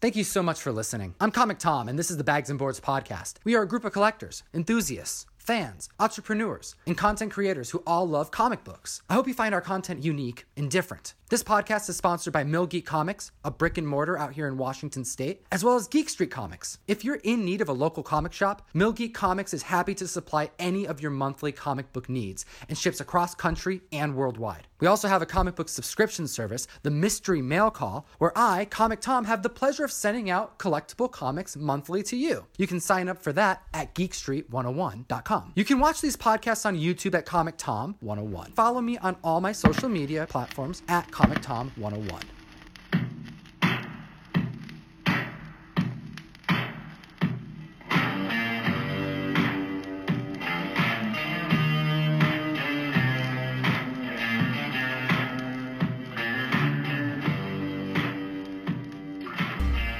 Thank you so much for listening. I'm Comic Tom, and this is the Bags and Boards Podcast. We are a group of collectors, enthusiasts, fans, entrepreneurs, and content creators who all love comic books. I hope you find our content unique and different. This podcast is sponsored by Mill Geek Comics, a brick and mortar out here in Washington State, as well as Geek Street Comics. If you're in need of a local comic shop, Mill Geek Comics is happy to supply any of your monthly comic book needs and ships across country and worldwide. We also have a comic book subscription service, the Mystery Mail Call, where I, Comic Tom, have the pleasure of sending out collectible comics monthly to you. You can sign up for that at geekstreet101.com. You can watch these podcasts on YouTube at Comic Tom 101. Follow me on all my social media platforms at Comic Tom 101.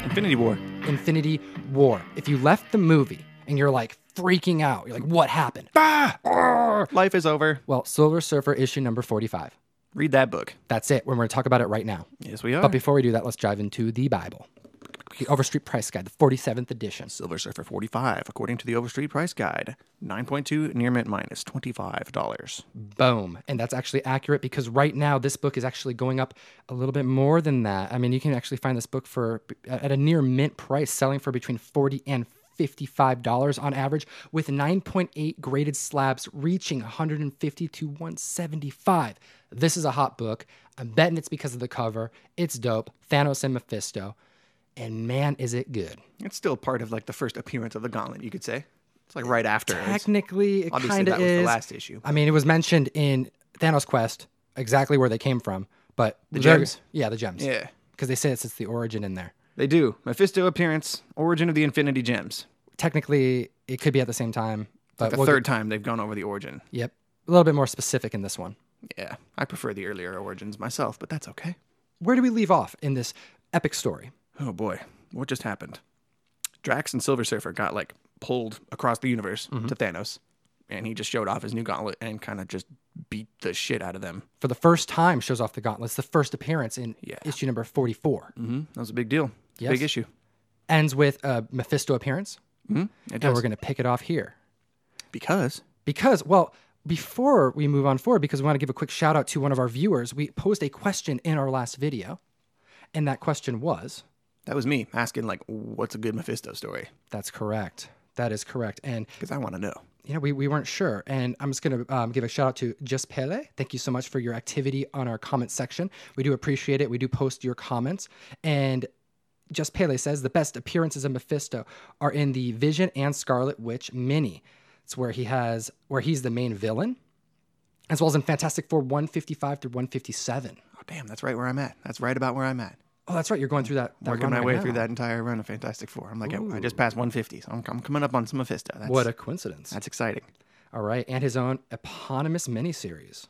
Infinity War. Infinity War. If you left the movie and you're like freaking out, you're like, what happened? Ah! Arr! Life is over. Well, Silver Surfer issue number 45. Read that book. That's it. We're going to talk about it right now. Yes, we are. But before we do that, let's dive into the Bible. The Overstreet Price Guide, the 47th edition. Silver Surfer 45, according to the Overstreet Price Guide, 9.2 near mint minus $25. Boom. And that's actually accurate because right now this book is actually going up a little bit more than that. I mean, you can actually find this book for uh, at a near mint price, selling for between 40 and $55 on average, with 9.8 graded slabs reaching 150 to 175. This is a hot book. I'm betting it's because of the cover. It's dope. Thanos and Mephisto. And man, is it good. It's still part of like the first appearance of the gauntlet, you could say. It's like right after. It's- Technically, it Obviously, kind that of was is. the last issue. I mean, it was mentioned in Thanos Quest, exactly where they came from, but the gems? Yeah, the gems. Yeah. Because they say it's, it's the origin in there. They do. Mephisto appearance, origin of the Infinity Gems. Technically, it could be at the same time, but The we'll get- third time they've gone over the origin. yep. A little bit more specific in this one. Yeah. I prefer the earlier origins myself, but that's okay. Where do we leave off in this epic story? Oh boy, what just happened? Drax and Silver Surfer got like pulled across the universe Mm-hmm. to Thanos, and he just showed off his new gauntlet and kind of just beat the shit out of them. for the first time shows off the gauntlets, the first appearance in Yeah. issue number 44. Mm-hmm. That was a big deal. Yes. Big issue. Ends with a Mephisto appearance, Mm-hmm. It and does. we're going to pick it off here. Because Because, well, before we move on forward, because we want to give a quick shout out to one of our viewers, we posed a question in our last video, and that question was that was me asking like, what's a good Mephisto story? that's correct. That is correct. And Because I want to know. Oh, you know, we, we weren't sure. And I'm just going to um, give a shout out to Just Pele. Thank you so much for your activity on our comment section. We do appreciate it. We do post your comments. And Just Pele says the best appearances of Mephisto are in the Vision and Scarlet Witch mini. It's where he has where he's the main villain, as well as in Fantastic Four 155 through 157. Oh damn, that's right where I'm at. That's right about where I'm at. Oh, that's right. You're going through that. that Working run my right way now. through that entire run of Fantastic Four. I'm like, I- I just passed 150, so I'm, I'm coming up on some Mephisto. That's, What a coincidence. that's exciting. All right, and his own eponymous miniseries.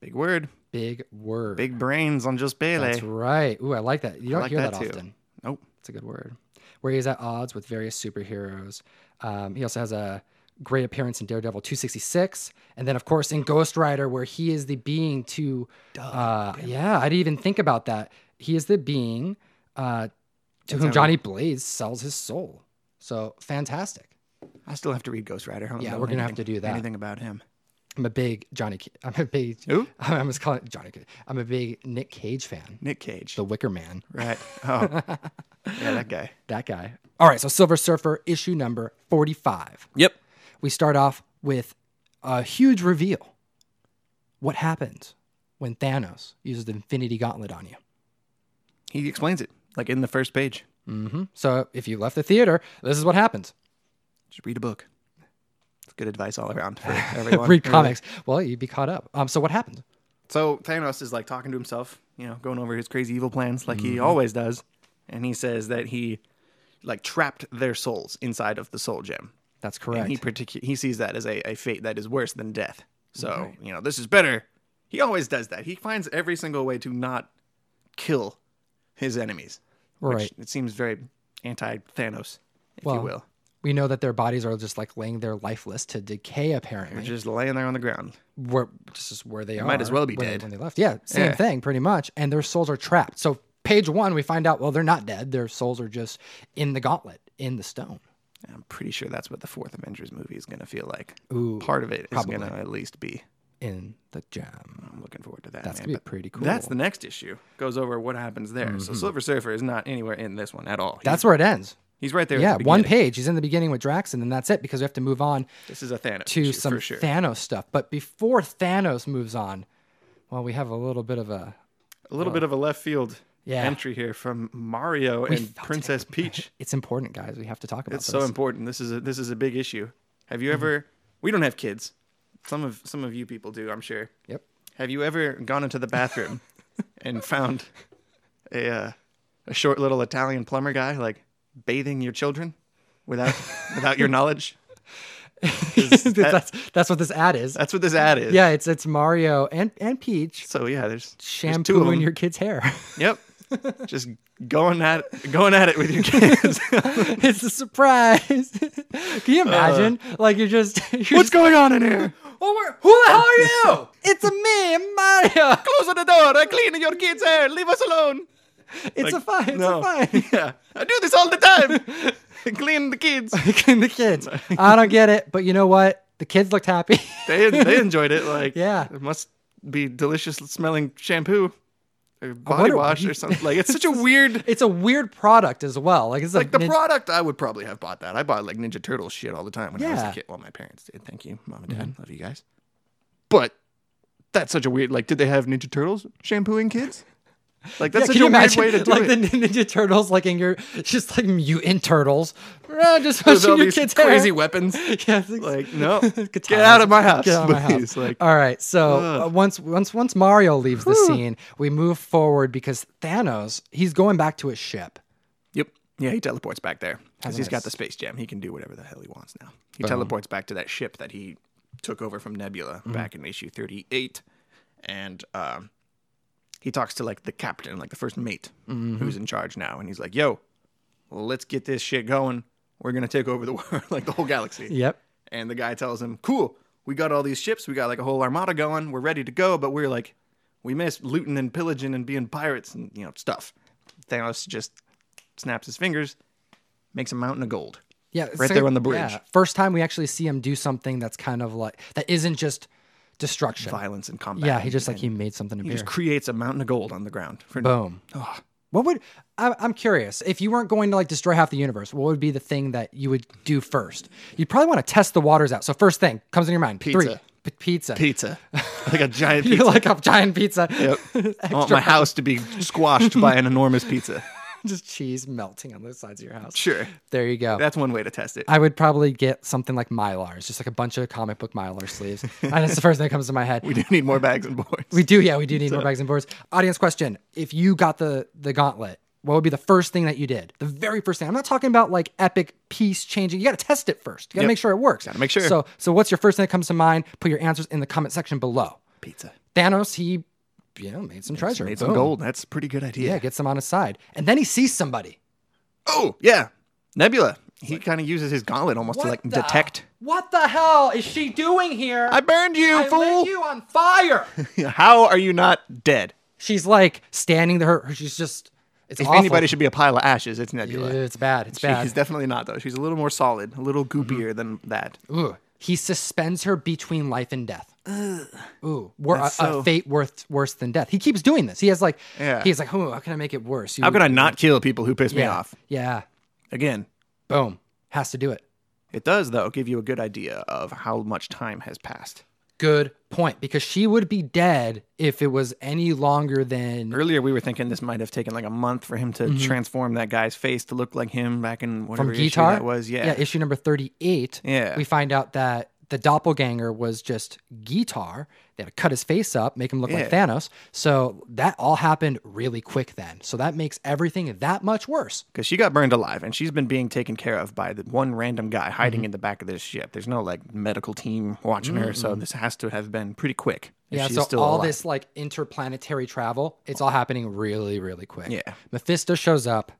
Big word, Big word. big brains on just Pele. That's right. Ooh, I like that. You don't like hear that that, too. often. Nope. It's a good word. Where he's at odds with various superheroes. Um, he also has a great appearance in Daredevil 266, and then of course in Ghost Rider, where he is the being to. uh, yeah, I didn't even think about that. He is the being uh, to whom Johnny Blaze sells his soul. So fantastic. I still have to read Ghost Rider. I don't Yeah, know we're gonna have anything- to do that. Anything about him? I'm a big Johnny. Ca- I'm a big. Who? I was calling it Johnny. Cage. I'm a big Nick Cage fan. Nick Cage. The Wicker Man. Right. Oh, yeah, that guy. That guy. All right, so Silver Surfer issue number 45. Yep. We start off with a huge reveal. What happens when Thanos uses the Infinity Gauntlet on you? He explains it like in the first page. hmm So if you left the theater, this is what happens. Just read a book. It's good advice all around for Read everyone. really. comics. Well, you'd be caught up. Um, so what happened? So Thanos is like talking to himself, you know, going over his crazy evil plans like Mm-hmm. he always does, and he says that he like trapped their souls inside of the soul gem. That's correct. And he particu- he sees that as a, a fate that is worse than death. So you know this is better. He always does that. He finds every single way to not kill his enemies. which Right. it seems very anti Thanos, if you Well, will. we know that their bodies are just like laying there lifeless to decay, apparently. Just laying there on the ground. where this is where they are. might as well be when they- dead. when they left. Yeah, same Yeah. thing, pretty much. And their souls are trapped. So page one, we find out, well, they're not dead. Their souls are just in the gauntlet, in the stone. I'm pretty sure that's what the fourth Avengers movie is going to feel like. Ooh, Part of it is probably. going to at least be. in the gem. I'm looking forward to that. That's man. going to be But pretty cool. Mm-hmm. That's the next issue. Goes over what happens there. So Silver Surfer is not anywhere in this one at all. He's- That's where it ends. he's right there. at Yeah, the one beginning. page. He's in the beginning with Drax, and then that's it because we have to move on This is a Thanos to issue some for sure. Thanos stuff. But before Thanos moves on, well, we have a little bit of a. a little bit of a left field Yeah. entry here from Mario and Princess Peach. It's important, guys. We have to talk about It's this. so important. This is a this is a big issue. Have you ever? We don't have kids. Some of some of you people do, I'm sure. yep. Have you ever gone into the bathroom and found a uh, a short little Italian plumber guy like bathing your children without without your knowledge? that's that's what this ad is. That's what this ad is. Yeah, it's it's Mario and and Peach So yeah, there's there's two of shampooing them. your kid's hair. Yep. Just going at going at it with your kids. it's a surprise. Can you imagine? like you're just you're Uh, What's just, going on in here? oh, where- who the hell are you? it's a me, Mario. Close the door. I clean your kids' hair. Leave us alone. It's a fine. It's no. a fine. Yeah, I do this all the time. I clean the kids. Picking the kids. I don't get it, but you know what? The kids looked happy. They they enjoyed it. Like Yeah. it must be delicious smelling shampoo or body wonder- wash or something. Like it's such a weird. it's a weird product as well. Like it's Like the a, nin- product, I would probably have bought that. I bought like Ninja Turtle shit all the time when I was Yeah. Mm-hmm. a kid. Well, my parents did. Thank you, mom and dad. Love you guys. But that's such a weird. Like, did they have Ninja Turtles shampooing kids? Like, Yeah, that's such can you a weird imagine way to do like it. the Ninja Turtles, like in your just like mutant turtles, Ah, just With all washing your these kids' crazy hair. weapons. Yeah, it's Like, no, Guitars. get out of my house. Get out of my please. house. Like, All right, so uh, once once once Mario leaves the scene, we move forward because Thanos he's going back to his ship. Yep. Yeah, he teleports back there because he's nice. got the space jam. He can do whatever the hell he wants now. He teleports back to that ship that he took over from Nebula Mm-hmm. back in issue 38. And um, he talks to like the captain, like the first mate Mm-hmm. who's in charge now. And he's like, yo, let's get this shit going. We're going to take over the world, like the whole galaxy. Yep. And the guy tells him, cool, we got all these ships. We got like a whole armada going. We're ready to go. But we're like, we miss looting and pillaging and being pirates and, you know, stuff. Thanos just snaps his fingers, makes a mountain of gold. Yeah, it's Right like- there on the bridge. First time we actually see him do something that's kind of like that isn't just destruction. Violence and combat. Yeah, he just like he made something appear. He just creates a mountain of gold on the ground. For Boom. What would I, I'm curious if you weren't going to like destroy half the universe? What would be the thing that you would do first? You'd probably want to test the waters out. So first thing comes in your mind. Three. P- pizza. Pizza. pizza. Like a giant You pizza. like a giant pizza. I want my house to be squashed by an enormous pizza. just cheese melting on both sides of your house. Sure. There you go. That's one way to test it. I would probably get something like Mylars, just like a bunch of comic book Mylar sleeves. and that's the first thing that comes to my head. We do need more bags and boards. We do, yeah, we do need more bags and boards. Audience question: If you got the the gauntlet, what would be the first thing that you did? The very first thing. I'm not talking about like epic piece changing. You got to test it first. You got to Yep. make sure it works. Gotta make sure. So, so what's your first thing that comes to mind? Put your answers in the comment section below. pizza. Thanos, he, you know, made some treasure. Made some Boom. gold. That's a pretty good idea. Yeah, gets him on his side, and then he sees somebody. Oh, yeah. Nebula. He kind of uses his gauntlet almost to like the- detect. What the hell is she doing here? I burned you, I fool. lit you on fire. How are you not dead? she's like standing there. Her, she's just. It's If awful. anybody should be a pile of ashes, it's Nebula. It's bad. It's bad. She's definitely not though. She's a little more solid, a little goopier than that. Ooh. He suspends her between life and death. Ooh, wor- a, so- a fate worth worse than death. He keeps doing this. He has like, Yeah. he's like, oh, how can I make it worse? You, How can I not kill people who piss me yeah, off? Yeah, Again, boom, has to do it. it does though give you a good idea of how much time has passed. Good point, because she would be dead if it was any longer than Earlier, we were thinking this might have taken like a month for him to transform that guy's face to look like him back in whatever Mm-hmm. from issue guitar. that was. Yeah, issue number thirty-eight. Yeah. we find out that the doppelganger was just guitar. They had to cut his face up, make him look like Thanos. So that all happened really quick then. So that makes everything that much worse. because she got burned alive and she's been being taken care of by the one random guy hiding Mm-hmm. in the back of this ship. There's no like medical team watching her, so this has to have been pretty quick. if Yeah, she's so still all alive. this like interplanetary travel, it's all happening really, really quick. Yeah. Mephisto shows up.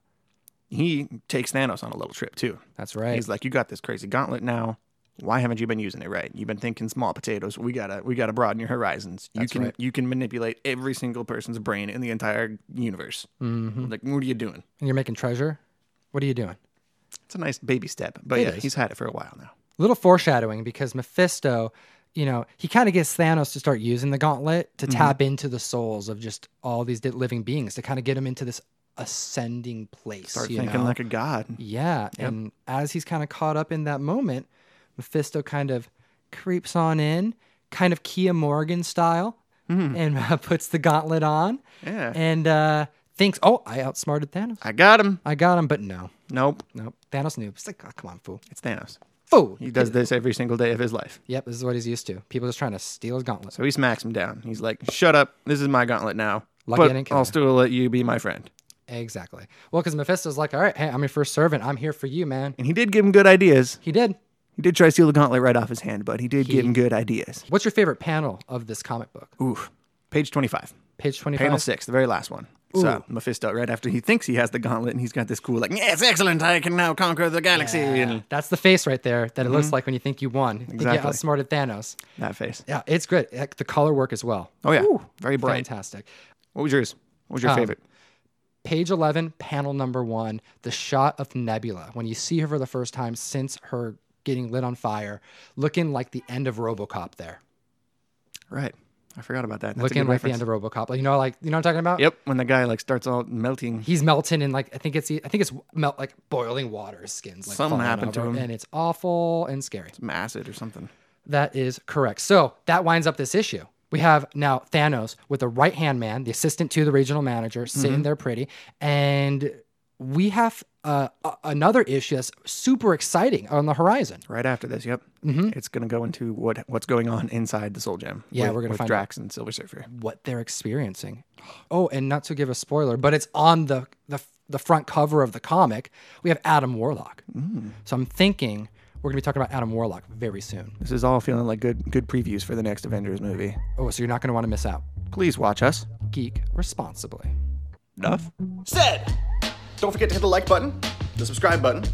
he takes Thanos on a little trip too. That's right. He's like, "You got this crazy gauntlet now. Why haven't you been using it right? You've been thinking small potatoes. We gotta we gotta broaden your horizons. you can right. you can manipulate every single person's brain in the entire universe. Mm-hmm. Like what are you doing? and you're making treasure. What are you doing? It's a nice baby step, but yeah, is. he's had it for a while now. little foreshadowing because Mephisto, you know, he kind of gets Thanos to start using the gauntlet to Mm-hmm. tap into the souls of just all these di- living beings to kind of get him into this ascending place. Start you thinking know? like a god. yeah. And as he's kind of caught up in that moment, Mephisto kind of creeps on in, kind of Kia Morgan style, and uh, puts the gauntlet on Mm-hmm. Yeah. and uh, thinks, oh, I outsmarted Thanos. I got him. I got him, but no, Nope. no. Thanos knew. It's like, oh, come on, fool. It's Thanos. Fool. He does this every single day of his life. Yep, this is what he's used to. People just trying to steal his gauntlets. So he smacks him down. He's like, "Shut up! This is my gauntlet now." Lucky I didn't but kill I'll her. still let you be my friend. Exactly. Well, because Mephisto's like, all right, hey, I'm your first servant. I'm here for you, man. And he did give him good ideas. He did. He did try to steal the gauntlet right off his hand, but he did give him good ideas. What's your favorite panel of this comic book? Oof. Page 25. Page 25. Panel 6, the very last one. So Mephisto, right after he thinks he has the gauntlet, and he's got this cool, like, yes, excellent, I can now conquer the galaxy. And That's the face right there that it looks like when you think you won. Think you Mm-hmm. Exactly. outsmarted Thanos. that face. Yeah, it's great. Heck, The color work as well. Oh, yeah. very bright. Fantastic. Um, What was yours? What was your favorite? Page 11, panel number one, the shot of Nebula. When you see her for the first time since her getting lit on fire, looking like the end of Robocop there. Right. I forgot about that. That's a looking good like reference. the end of Robocop. Like, you know, like, you know what I'm talking about? Yep, when the guy, like, starts all melting. he's melting in like I think it's I think it's melt like boiling water. His skin's like Something falling happened to over, him. and it's awful and scary. some acid or something. That is correct. So that winds up this issue. We have now Thanos with the right hand man, the assistant to the regional manager, Mm-hmm. sitting there pretty, and we have uh, a- another issue that's super exciting on the horizon. Right after this, yep. It's gonna go into what what's going on inside the Soul Gem. Mm-hmm. Yeah, with- we're gonna with find Drax and Silver Surfer. What they're experiencing. Oh, and not to give a spoiler, but it's on the the, the front cover of the comic. We have Adam Warlock. So I'm thinking we're gonna be talking about Adam Warlock very soon. This is all feeling like good good previews for the next Avengers movie. Oh, so you're not going to want to miss out. Please watch us. Geek responsibly. Enough. said. Don't forget to hit the like button, the subscribe button,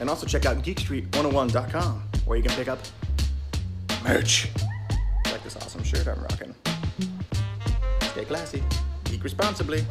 and also check out geekstreet101.com where you can pick up merch like this awesome shirt I'm rocking. Stay classy, geek responsibly.